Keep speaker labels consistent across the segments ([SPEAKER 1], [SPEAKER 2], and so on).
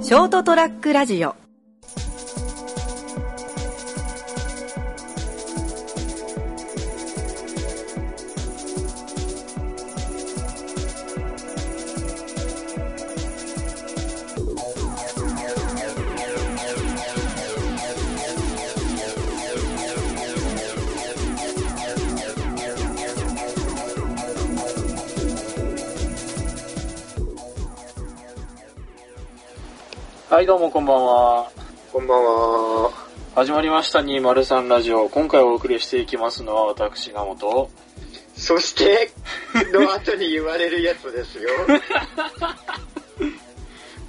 [SPEAKER 1] ショートトラックラジオ
[SPEAKER 2] はい、どうもこんばんは。
[SPEAKER 3] こんばんは。
[SPEAKER 2] 始まりました203ラジオ。今回お送りしていきますのは私、がもと。
[SPEAKER 3] そして、の後に言われるやつです よ。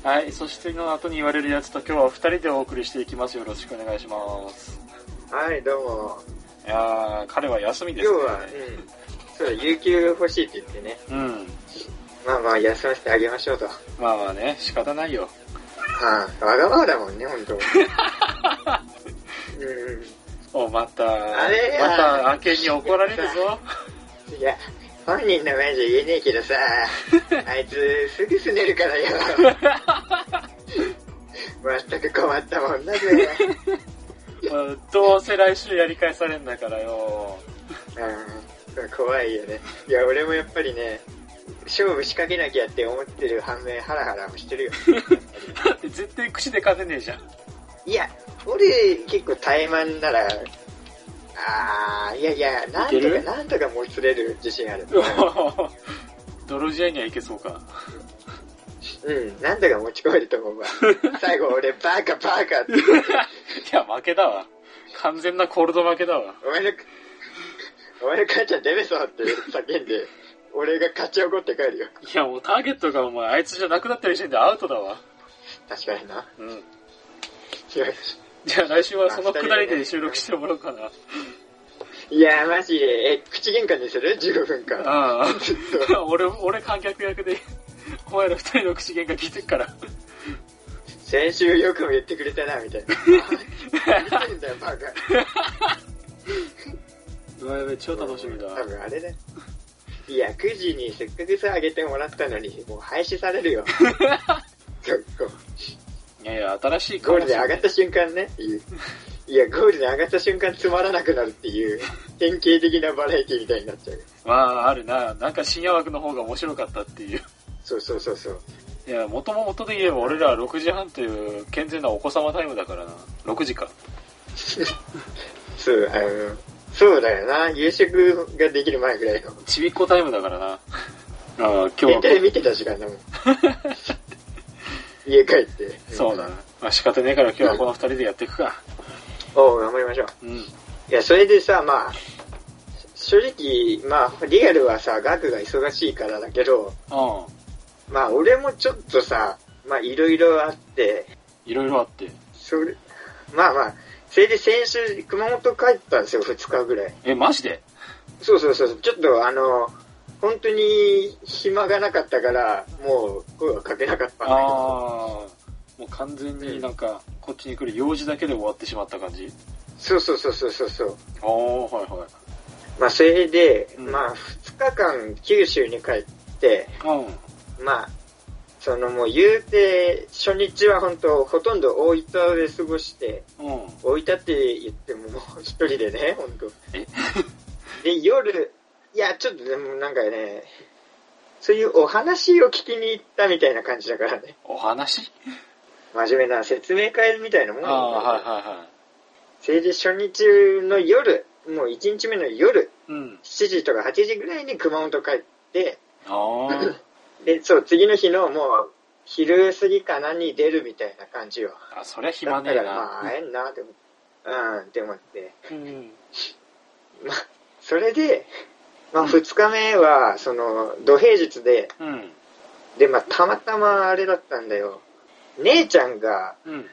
[SPEAKER 2] はい、そしての後に言われるやつと今日は2人でお送りしていきます。よろしくお願いします。
[SPEAKER 3] はい、どうも。
[SPEAKER 2] いやー、彼は休みで
[SPEAKER 3] 今日
[SPEAKER 2] すね。
[SPEAKER 3] は、うん。そうだ、有給欲しいって言ってね。
[SPEAKER 2] うん。
[SPEAKER 3] まあまあ、休ませてあげましょうと。は
[SPEAKER 2] まあまあね、仕方ないよ。
[SPEAKER 3] あ、わがままだもんね、ほん と。うん。
[SPEAKER 2] お、また、
[SPEAKER 3] あれ
[SPEAKER 2] また、明けに怒られるぞ。
[SPEAKER 3] いや、本人の前じゃ言えねえけど さ、あいつすぐすねるからよ。 まったく困ったもんだぜ。
[SPEAKER 2] まあどうせ来週やり返されんだからよ。
[SPEAKER 3] うん、怖いよね。いや、俺もやっぱりね、勝負仕掛けなきゃって思ってる反面、ハラハラもして るよ。
[SPEAKER 2] だって絶対口で勝てねえじゃ ん。
[SPEAKER 3] いや、俺結構怠慢なら、あー、いやいや、なん
[SPEAKER 2] いけ
[SPEAKER 3] と
[SPEAKER 2] る
[SPEAKER 3] かなんとかもつれる自信 ある。
[SPEAKER 2] 泥試合にはいけそうか。
[SPEAKER 3] うん、なんとか持ち込めると 思うわ。最後俺、バカバカって。
[SPEAKER 2] いや、負けだわ。完全なコールド負けだわ。
[SPEAKER 3] お前の、お前の母ちゃん出れそうって叫んで、俺が勝ち怒って帰るよ。
[SPEAKER 2] いや、もうターゲットがお前、あいつじゃなくなったりしてんでアウトだわ。
[SPEAKER 3] 確かにな。
[SPEAKER 2] うん。
[SPEAKER 3] いや
[SPEAKER 2] じゃあ来週はそのくだりで収録してもらおうかな。
[SPEAKER 3] いや、マジで、え、口喧嘩にする ?15 分間。
[SPEAKER 2] あ あ。俺、俺観客役で、お前ら二人の口喧嘩聞いてっから。
[SPEAKER 3] 先週よくも言ってくれたな、みたいな。 何言ってんだよ、バカ。
[SPEAKER 2] うわ、やべ、超楽しみだ。
[SPEAKER 3] 多分あれだよ。いや、9時にせっかくさ、あげてもらったのに、もう廃止さ れるよ。結構
[SPEAKER 2] いやいや、新しい
[SPEAKER 3] ゴー
[SPEAKER 2] 顔
[SPEAKER 3] ルで上がった瞬間ね、いういや、ゴールで上がった瞬間つまらなくなるっていう、典型的なバラエティみたいになっちゃうよ。
[SPEAKER 2] まあ、あるな。なんか深夜枠の方が面白かったっていう。
[SPEAKER 3] そうそうそうそう。
[SPEAKER 2] いや、元も元で言えば俺ら6時半という健全なお子様タイムだからな。6時か。
[SPEAKER 3] そう、あの、そうだよな。夕食ができる前ぐらいの。
[SPEAKER 2] ちびっこタイムだからな。ああ、今日
[SPEAKER 3] 天
[SPEAKER 2] は
[SPEAKER 3] 体見てた時 間だもん。家帰って。
[SPEAKER 2] そうだな。まあ仕方ねえから今日はこの二人でやっていくか。
[SPEAKER 3] おう、頑張りましょう。
[SPEAKER 2] うん。
[SPEAKER 3] いや、それでさ、まあ、正直、まあ、リアルはさ、ガクが忙しいからだけど、
[SPEAKER 2] ああ、
[SPEAKER 3] まあ、俺もちょっとさ、まあ、いろいろあって、
[SPEAKER 2] いろいろあって。
[SPEAKER 3] それ、まあまあ、それで先週、熊本帰ったんですよ、2日ぐらい。
[SPEAKER 2] え、マジで
[SPEAKER 3] そうそうそう、ちょっとあの、本当に暇がなかったから、もう声はかけなかったんだ
[SPEAKER 2] あ
[SPEAKER 3] け
[SPEAKER 2] あ
[SPEAKER 3] ど、
[SPEAKER 2] ー、もう完全になんか、こっちに来る用事だけで終わってしまった感じ。
[SPEAKER 3] そうそうそうそうそうそう。
[SPEAKER 2] ああ、はいはい。
[SPEAKER 3] まあ、それで、
[SPEAKER 2] うん
[SPEAKER 3] まあ、2日間九州に帰って、
[SPEAKER 2] うん。
[SPEAKER 3] まあ、そのもう言うて、初日は本当、ほとんど大分で過ごして、
[SPEAKER 2] うん。
[SPEAKER 3] 大分って言ってももう一人でね、本当
[SPEAKER 2] え
[SPEAKER 3] で、夜、いや、ちょっとでもなんかね、そういうお話を聞きに行ったみたいな感じだからね。
[SPEAKER 2] お話
[SPEAKER 3] 真面目な説明会みたいなもん
[SPEAKER 2] あ
[SPEAKER 3] だから
[SPEAKER 2] あ、はいはいは
[SPEAKER 3] それで初日の夜、もう1日目の夜、
[SPEAKER 2] い。うん。
[SPEAKER 3] 7時とか8時ぐらいに熊本帰って、
[SPEAKER 2] あ
[SPEAKER 3] で、そう、次の日のもう、昼過ぎかなに出るみたいな感じよ。
[SPEAKER 2] あ。あ、そりゃ
[SPEAKER 3] だ
[SPEAKER 2] 暇
[SPEAKER 3] っ
[SPEAKER 2] ね
[SPEAKER 3] た
[SPEAKER 2] え
[SPEAKER 3] ら、まあ、
[SPEAKER 2] な。
[SPEAKER 3] 会えんなって思って、うん、って思って。
[SPEAKER 2] うん。
[SPEAKER 3] まあ、それで、まあ、二日目は、その、土平日で、
[SPEAKER 2] うん。
[SPEAKER 3] で、まあ、たまたまあれだったんだよ。姉ちゃんが
[SPEAKER 2] うん。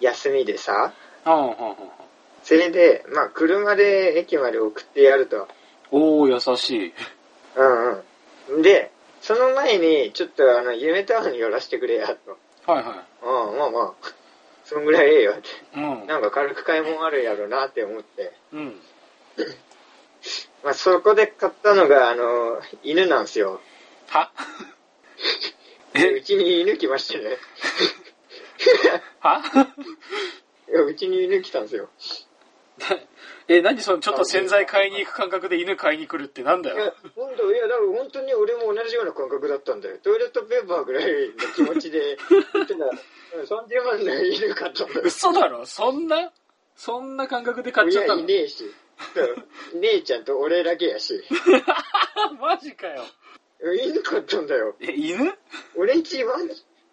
[SPEAKER 3] 休みでさ、
[SPEAKER 2] ああ、はいはいはい。
[SPEAKER 3] それで、まあ、車で駅まで送ってやると。
[SPEAKER 2] おお優しい。
[SPEAKER 3] うんうん。で、その前に、ちょっと、あの、夢タウンに寄らせてくれや、と。
[SPEAKER 2] はいは
[SPEAKER 3] うん、まあまあ、そんぐらいええよ、って。
[SPEAKER 2] い。うん。
[SPEAKER 3] なんか軽く買い物あるやろなって思って。
[SPEAKER 2] うん。
[SPEAKER 3] まあ、そこで買ったのが、あの、犬な んですよ。
[SPEAKER 2] は
[SPEAKER 3] でうちに犬来ましてね。
[SPEAKER 2] はい
[SPEAKER 3] やうちに犬来たんですよ。
[SPEAKER 2] え、何その、ちょっと洗剤買いに行く感覚で犬買いに来るってなんだ
[SPEAKER 3] いや
[SPEAKER 2] よ。、
[SPEAKER 3] 本当、いや、だから本当に俺も同じような感覚だったんだよ。トイレットペーパーぐらいの気持ちで、言ってたら、30万の犬買ったんだよ。
[SPEAKER 2] 嘘だろそんなそんな感覚で買っちゃった
[SPEAKER 3] 親
[SPEAKER 2] の
[SPEAKER 3] いねえし、そう姉ちゃんと俺だけやし、
[SPEAKER 2] マジかよ。
[SPEAKER 3] 犬買ったんだよ。
[SPEAKER 2] え、犬
[SPEAKER 3] 俺んちワン、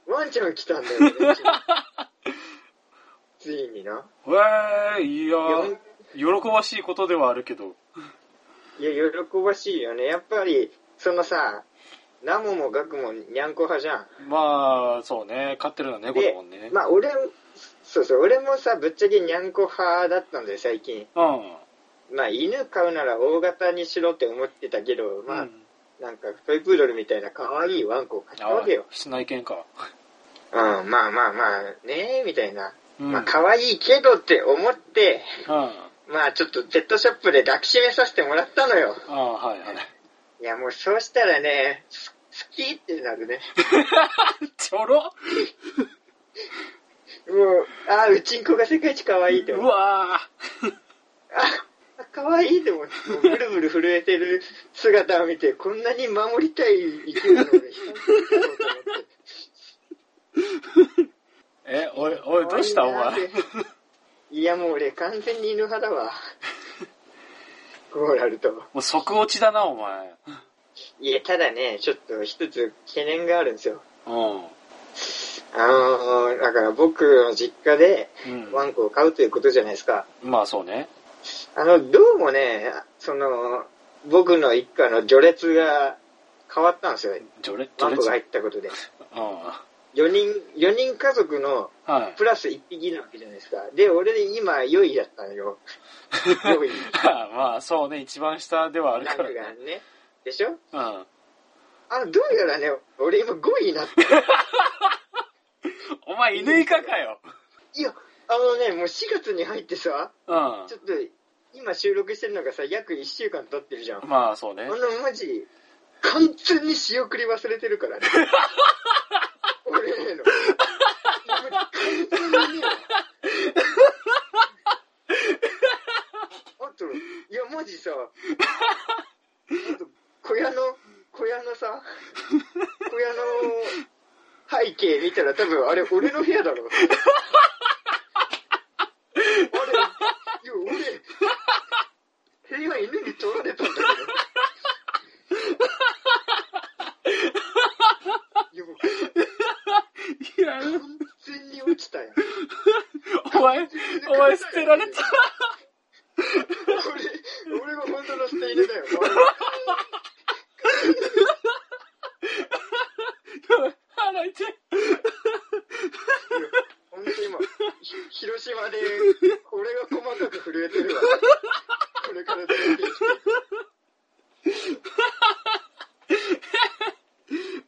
[SPEAKER 3] ワンちゃん来たんだよ、俺んちについにな。
[SPEAKER 2] うわーいやー喜ばしいことではあるけど。
[SPEAKER 3] いや、喜ばしいよね。やっぱり、そのさ、ナモもガクもにゃんこ派じゃん。
[SPEAKER 2] まあ、そうね。飼ってるのは猫だ
[SPEAKER 3] で
[SPEAKER 2] もんね。、
[SPEAKER 3] まあ俺、そうそう、俺もさ、ぶっちゃけにゃんこ派だったんだよ、最近。
[SPEAKER 2] うん。
[SPEAKER 3] まあ犬飼うなら大型にしろって思ってたけど、まあ、
[SPEAKER 2] うん
[SPEAKER 3] なんかトイプードルみたいな可愛いワンコを飼ったわけよ。
[SPEAKER 2] 室内犬か。
[SPEAKER 3] うん、まあまあまあ、ねえ、みたいな。
[SPEAKER 2] うん。
[SPEAKER 3] まあ可愛いけどって思って、
[SPEAKER 2] うんあ
[SPEAKER 3] まあちょっとペットショップで抱きしめさせてもらったのよ。
[SPEAKER 2] あ、はいはい。
[SPEAKER 3] いやもうそうしたらね、す好きってなるね。
[SPEAKER 2] ちょろ
[SPEAKER 3] もう、ああ、うちんこが世界一可愛いって
[SPEAKER 2] う
[SPEAKER 3] 思う。
[SPEAKER 2] わ
[SPEAKER 3] あ、可愛いって思って、もうブルブル震えてる姿を見て、こんなに守りたい勢いの俺、人だと思って。
[SPEAKER 2] ーえ、おい、おい、 どうしたお前。
[SPEAKER 3] いやもう俺完全に犬派だわ。こうなると。
[SPEAKER 2] もう即落ちだな、お前。
[SPEAKER 3] いや、ただね、ちょっと一つ懸念があるんですよ。
[SPEAKER 2] うん。
[SPEAKER 3] あのー、だから僕の実家で
[SPEAKER 2] うん。
[SPEAKER 3] ワンコを飼うということじゃないですか。
[SPEAKER 2] まあそうね。
[SPEAKER 3] あの、どうもね、その、僕の一家の序列が変わったんですよ。
[SPEAKER 2] 序列、序
[SPEAKER 3] ワンコ
[SPEAKER 2] 列。
[SPEAKER 3] が入ったことで。
[SPEAKER 2] うん。は
[SPEAKER 3] 4人、4人家族の
[SPEAKER 2] い。
[SPEAKER 3] プラス1匹なわけじゃないですか。で、俺今4位だったの よ。4位。
[SPEAKER 2] まあそうね、一番下ではある
[SPEAKER 3] ラン
[SPEAKER 2] か
[SPEAKER 3] クがね。でしょ
[SPEAKER 2] ら。うん。
[SPEAKER 3] あ、どうやらね、俺今5位になって。
[SPEAKER 2] お前、犬以下かよ。
[SPEAKER 3] いや、あのね、もう4月に入ってさ、ちょ
[SPEAKER 2] う
[SPEAKER 3] っと今収録してるのがさ、約1週間経ってるじゃん。
[SPEAKER 2] ん。
[SPEAKER 3] あ
[SPEAKER 2] まあそうね。
[SPEAKER 3] の、マジ、完全に仕送り忘れてるからね。俺への。完全にね。あと、いや、マジさ、あと、小屋の、小屋のさ、小屋の背景見たら多分、あれ、俺の部屋だろ。あれ、いや、俺、部屋犬に取られたんだけど。いや、もう
[SPEAKER 2] いや、
[SPEAKER 3] 完全に落ちたやん。
[SPEAKER 2] お前、お前捨てられた。
[SPEAKER 3] 俺、俺が本当の捨て犬だよ。
[SPEAKER 2] 腹痛い。
[SPEAKER 3] 本当今、ひ広島で、俺が細かく震えてるわ。これから出てきて。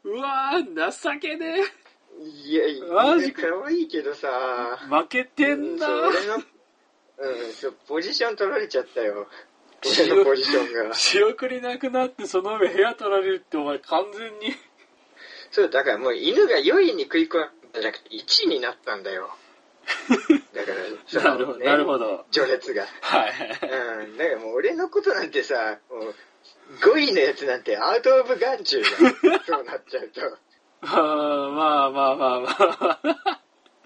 [SPEAKER 2] うわぁ、情けね
[SPEAKER 3] いや、い
[SPEAKER 2] マ
[SPEAKER 3] や
[SPEAKER 2] ジか
[SPEAKER 3] 可愛いけどさ。
[SPEAKER 2] え。負けてんな
[SPEAKER 3] そう俺の、うん、そう、ポジション取られちゃったよ。俺のポジションが。
[SPEAKER 2] 仕送りなくなって、その上部屋取られるって、お前完全に。
[SPEAKER 3] そう、だからもう犬が4位に食い込んだんじゃなくて1位になったんだよ。だから、そ の
[SPEAKER 2] なるほど、なるほど。
[SPEAKER 3] 序列が。
[SPEAKER 2] はい。
[SPEAKER 3] うん、だからもう俺のことなんてさ、もう5位のやつなんてアウト・オブ・ガンチュ ーだ。そうなっちゃうと。
[SPEAKER 2] あーまあまあまあまあ。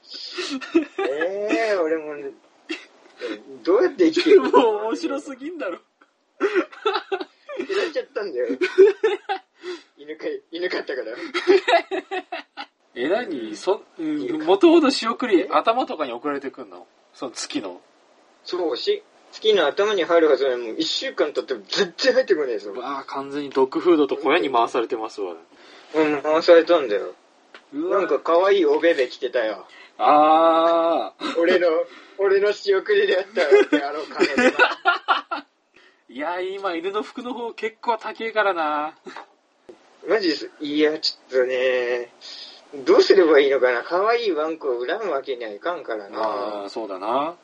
[SPEAKER 3] ええー、俺も、どうやって生きて
[SPEAKER 2] で
[SPEAKER 3] るの
[SPEAKER 2] も面白すぎんだろ。
[SPEAKER 3] 嫌いちゃったんだよ。犬かい、犬飼ったから。
[SPEAKER 2] え、なに、そ、うん、もともと仕送り、頭とかに送られてくんのその月の。
[SPEAKER 3] そうし、月の頭に入るはずなのにもう1週間経っても全然入ってこないですよ。
[SPEAKER 2] うわぁ、完全にドッグフードと小屋に回されてますわ。
[SPEAKER 3] うん、回されたんだよ。
[SPEAKER 2] うわ
[SPEAKER 3] なんか可愛いおべべ着てたよ。
[SPEAKER 2] ああ。
[SPEAKER 3] 俺の、俺の仕送りでやったよってあの彼女が。
[SPEAKER 2] いやー、今、犬の服の方結構高えからな。
[SPEAKER 3] マジです。いや、ちょっとね、どうすればいいのかな。可愛いワンコを恨むわけにはいかんか
[SPEAKER 2] ま
[SPEAKER 3] らな
[SPEAKER 2] あ、。そうだな。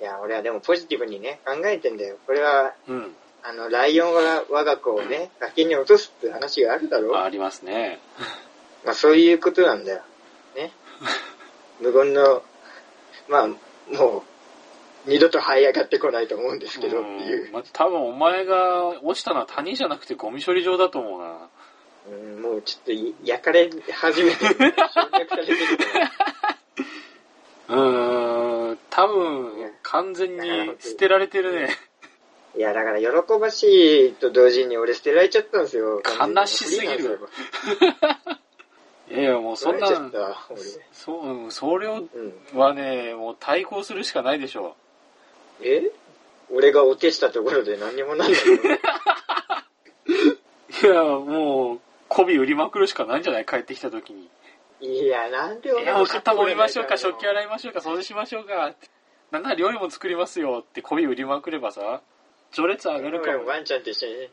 [SPEAKER 3] いや、俺はでもポジティブにね、考えてんだよ。これは、
[SPEAKER 2] うん。
[SPEAKER 3] あの、ライオンは我が子をね、崖に落とすって話があるだろう。
[SPEAKER 2] ありますね。
[SPEAKER 3] まあ、そういうことなんだよ。ね。無言のまあもう二度と這い上がってこないと思うんですけどっていう
[SPEAKER 2] うん、まあ、多分お前が落ちたのは谷じゃなくてゴミ処理場だと思うな
[SPEAKER 3] うんもうちょっとい焼かれ始 めてる焼却されてるから
[SPEAKER 2] うーん多分完全に捨てられてるね
[SPEAKER 3] いやだから喜ばしいと同時に俺捨てられちゃったんですよ
[SPEAKER 2] 悲しすぎるいやいやもうそ
[SPEAKER 3] そ
[SPEAKER 2] ん
[SPEAKER 3] ん
[SPEAKER 2] な
[SPEAKER 3] なちゃった俺
[SPEAKER 2] そう、うん、それを
[SPEAKER 3] うん
[SPEAKER 2] はねもう対抗するしかないでしょ
[SPEAKER 3] え俺がお手したところで何にもなんない の
[SPEAKER 2] いやもう媚び売りまくるしかないんじゃない帰ってきた時に
[SPEAKER 3] いやなんで
[SPEAKER 2] いや、お肩盛りましょうか、食器洗いましょうか、掃除しましょうか、ってなんなら料理も作りますよって媚び売りまくればさ、序列上がるかも。
[SPEAKER 3] ワンちゃん と一緒に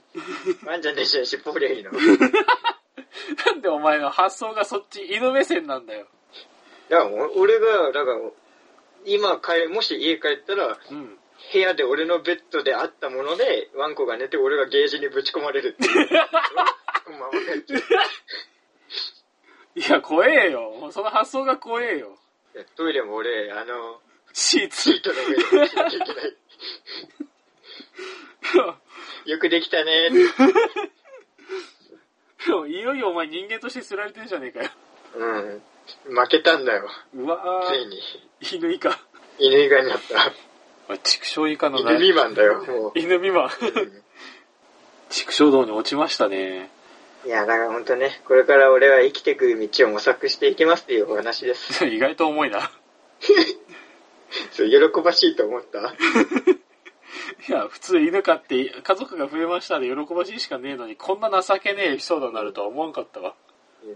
[SPEAKER 3] ワンちゃんと一緒に尻尾振りゃいいの
[SPEAKER 2] なんでお前の発想がそっち、犬目線なんだよ。
[SPEAKER 3] だからもう俺がだから今帰もし家帰ったら
[SPEAKER 2] うん。
[SPEAKER 3] 部屋で俺のベッドであったものでワンコが寝て俺がゲージにぶち込まれるって いううんまあ分かってる
[SPEAKER 2] いや、怖えよ。もうその発想が怖えよ。
[SPEAKER 3] いやトイレも俺あの
[SPEAKER 2] シー
[SPEAKER 3] シ
[SPEAKER 2] ツ。
[SPEAKER 3] ートの上でしなきゃいけない よくできたねって
[SPEAKER 2] でもいよいよお前人間として捨てられてんじゃねえかよ。
[SPEAKER 3] うん負けたんだよ
[SPEAKER 2] うわ
[SPEAKER 3] つい
[SPEAKER 2] ぁ、
[SPEAKER 3] に
[SPEAKER 2] 犬以下。
[SPEAKER 3] 犬以外になった
[SPEAKER 2] おい畜生以下の
[SPEAKER 3] 犬
[SPEAKER 2] ない。
[SPEAKER 3] 未満だよもう
[SPEAKER 2] 犬未満。畜生道に落ちましたね。
[SPEAKER 3] いや、だから本当ね、これから俺は生きていく道を模索していきますっていうお話です。
[SPEAKER 2] 意外と重いな。
[SPEAKER 3] そう、喜ばしいと思った。
[SPEAKER 2] いや、普通犬飼って家族が増えましたで喜ばしいしかねえのに、こんな情けねえエピソードになるとは思わんかったわ。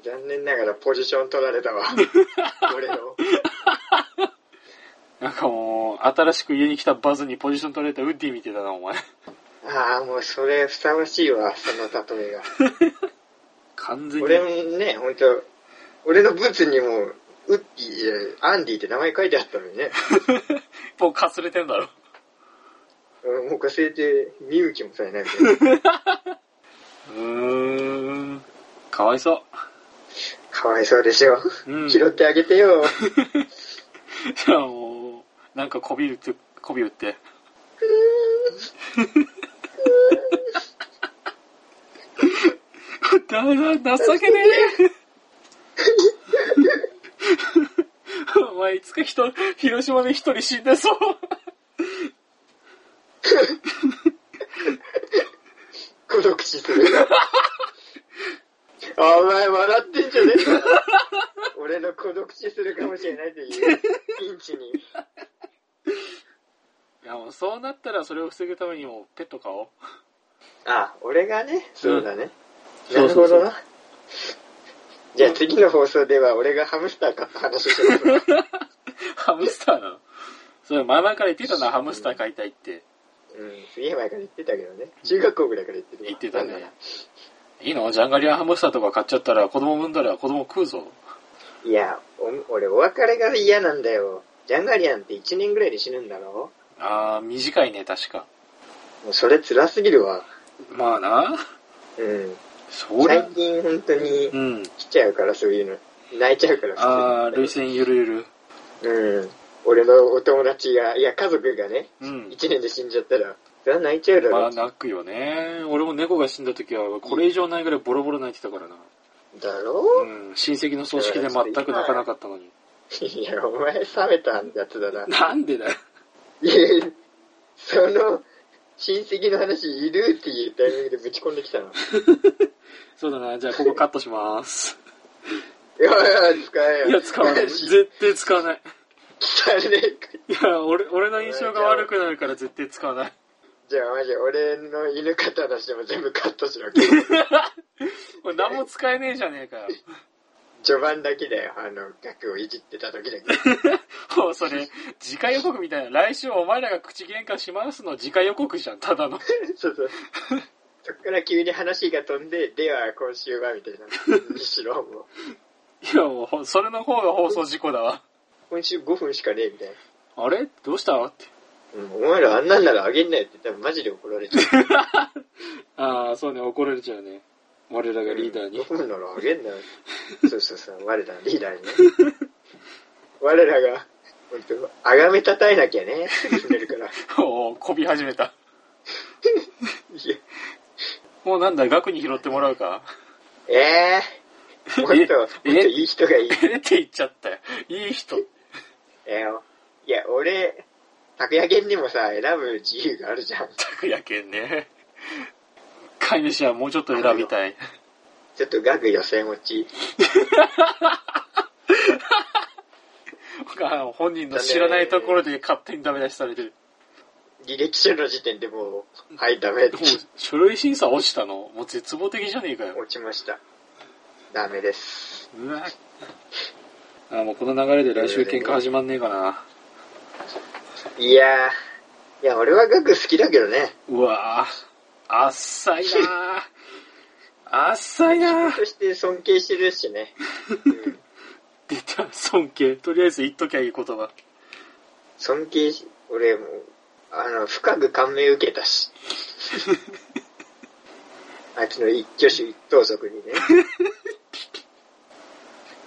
[SPEAKER 3] 残念ながらポジション取られたわ。俺の。
[SPEAKER 2] なんかもう、新しく家に来たバズにポジション取られたウッディ見てたな、お前。
[SPEAKER 3] ああ、もうそれふさわしいわ、その例えが。
[SPEAKER 2] 完全に。
[SPEAKER 3] 俺もね、本当俺のブーツにも、ウッディ、いやアンディって名前書いてあったのにね。
[SPEAKER 2] もうかすれてんだろ。
[SPEAKER 3] うんもう忘れて、見向きもされないみたいな。
[SPEAKER 2] うーん。かわいそ
[SPEAKER 3] かわいそうでしょ。
[SPEAKER 2] う。うん。
[SPEAKER 3] 拾ってあげてよ。
[SPEAKER 2] じゃあもう、なんかこびるって、こびるって。だだ、情けねえ。お前、いつか人、広島で一人死んでそう。
[SPEAKER 3] 孤独 死する。お前笑ってんじゃねえか。俺の孤独死するかもしれないというピンチに。
[SPEAKER 2] いや、もうそうなったらそれを防ぐためにもペット飼おう。
[SPEAKER 3] あ、俺がね、そうだね。
[SPEAKER 2] うん
[SPEAKER 3] なるほ
[SPEAKER 2] そう
[SPEAKER 3] どな。じゃあ次の放送では俺がハムスターかって話をし ます。
[SPEAKER 2] ハムスターなの。それ、前々から言ってたな、ハムスター飼いたいって。
[SPEAKER 3] うん、すげえ前から言ってたけどね。中学校ぐらいから言ってるわ
[SPEAKER 2] 言ってたね
[SPEAKER 3] なんなら
[SPEAKER 2] いいのジャンガリアンハムスターとか買っちゃったら子供産んだら子供食うぞ。
[SPEAKER 3] いや、お俺お別れが嫌なんだよ。ジャンガリアンって1年ぐらいで死ぬんだろ
[SPEAKER 2] あー、短いね、確か。
[SPEAKER 3] もうそれ辛すぎるわ。
[SPEAKER 2] まあな。
[SPEAKER 3] うん。
[SPEAKER 2] それ
[SPEAKER 3] 最、近本当に
[SPEAKER 2] うん。
[SPEAKER 3] 来ちゃうからそういうの泣いちゃうから
[SPEAKER 2] あー、涙
[SPEAKER 3] 普通に
[SPEAKER 2] 腺ゆるゆる。
[SPEAKER 3] うん俺のお友達がいや家族がね
[SPEAKER 2] うん。
[SPEAKER 3] 1年で死んじゃったらそれは泣いちゃうだろ、
[SPEAKER 2] まあ、泣くよね。俺も猫が死んだ時は、これ以上ないぐらいボロボロ泣いてたからな。
[SPEAKER 3] だろ、
[SPEAKER 2] うん。親戚の葬式で全く泣かなかったのに。
[SPEAKER 3] いやお前冷めたやつだな
[SPEAKER 2] なんでだよ。
[SPEAKER 3] いやその親戚の話いるっていうタイミングでぶち込んできたのい
[SPEAKER 2] そうだな。じゃあ、ここカットします。
[SPEAKER 3] やいや使えよ
[SPEAKER 2] いや、使わ ない。絶対使わない。
[SPEAKER 3] 汚ねえ
[SPEAKER 2] いや、俺、俺の印象が悪くなるから絶対使わない。
[SPEAKER 3] じゃあマジ俺の犬飼った話でも全部カットしろ
[SPEAKER 2] これ何も使えねえじゃねえかよ。
[SPEAKER 3] 序盤だけだよあの額をいじってた時だけ
[SPEAKER 2] もうそれ、次回予告みたいな。来週お前らが口喧嘩しますの次回予告じゃん、ただの。
[SPEAKER 3] そうそう。そっから急に話が飛んで、では今週はみたい な。にしろもう。
[SPEAKER 2] いや、もう、それの方が放送事故だわ。
[SPEAKER 3] 今週5分しかねえみたいな。
[SPEAKER 2] あれどうしたって。
[SPEAKER 3] うん、お前らあんなんならあげんなよって多分マジで怒られちゃう。
[SPEAKER 2] ああ、そうね、怒られちゃうね。我らがリーダーに。
[SPEAKER 3] 5分ならあげんなよ。そうそうそう、我らリーダーにね。我らが本当あがめたたえなきゃねすぐ死ねる から
[SPEAKER 2] おおこび始め た
[SPEAKER 3] いや
[SPEAKER 2] もうなんだ額に拾ってもらうか
[SPEAKER 3] ええー、もっともっと
[SPEAKER 2] え
[SPEAKER 3] いい人がいい
[SPEAKER 2] えって言っちゃったよいい人
[SPEAKER 3] えーいや俺拓也犬にもさ選ぶ自由があるじゃん
[SPEAKER 2] たくやけんね飼い主はもうちょっと選びたい
[SPEAKER 3] ちょっとガグ寄せ持ち
[SPEAKER 2] あの本人の知らないところで勝手にダメ出しされてる
[SPEAKER 3] 履歴書の時点でもうはいダメって
[SPEAKER 2] もう書類審査落ちたのもう絶望的じゃねえかよ
[SPEAKER 3] 落ちましたダメです
[SPEAKER 2] うわあもうこの流れで来週喧嘩始まんねえかない
[SPEAKER 3] やーいや俺はガグ好きだけどね
[SPEAKER 2] うわあ浅いなあ浅いな
[SPEAKER 3] そして尊敬してるしね、うん
[SPEAKER 2] 出た尊敬とりあえず言っときゃいい言葉
[SPEAKER 3] 尊敬し俺もうあの深く感銘受け たしあいつの一挙手一投足にね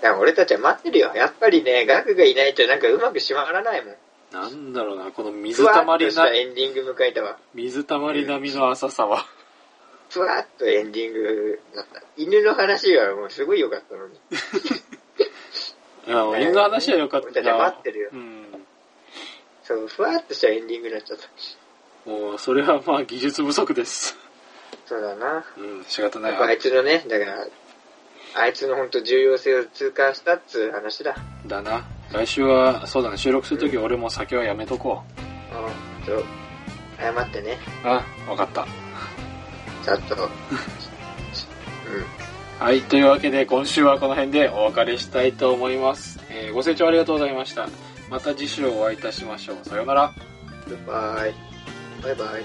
[SPEAKER 3] だから俺たちは待ってるよやっぱりねガクがいないとなんかうまくしまらないもん
[SPEAKER 2] なんだろうなこの
[SPEAKER 3] ふ
[SPEAKER 2] 水
[SPEAKER 3] わ
[SPEAKER 2] た
[SPEAKER 3] っ
[SPEAKER 2] ま
[SPEAKER 3] と
[SPEAKER 2] り
[SPEAKER 3] し
[SPEAKER 2] な
[SPEAKER 3] たエンディング迎えたわ
[SPEAKER 2] 水たまり並みの浅さは
[SPEAKER 3] ふわっとエンディングだった犬の話はもうすごい良かったのに
[SPEAKER 2] あの犬の話は良かった
[SPEAKER 3] 俺たち
[SPEAKER 2] な
[SPEAKER 3] 待ってるよ
[SPEAKER 2] うん
[SPEAKER 3] そうふわっとしたエンディングになっちゃった
[SPEAKER 2] もうそれはまあ技術不足です
[SPEAKER 3] そうだな
[SPEAKER 2] うん仕方ない
[SPEAKER 3] やっぱあいつのねだからあいつの本当重要性を痛感したっつう話だ
[SPEAKER 2] だな来週はそうだね収録するとき俺も酒はやめとこ
[SPEAKER 3] うんそう謝ってね
[SPEAKER 2] うあ分かった
[SPEAKER 3] ちゃんとうん
[SPEAKER 2] はい、というわけで今週はこの辺でお別れしたいと思います。えーご清聴ありがとうございました。また次週お会いいたしましょう。さようなら。
[SPEAKER 3] グッバイバイバイ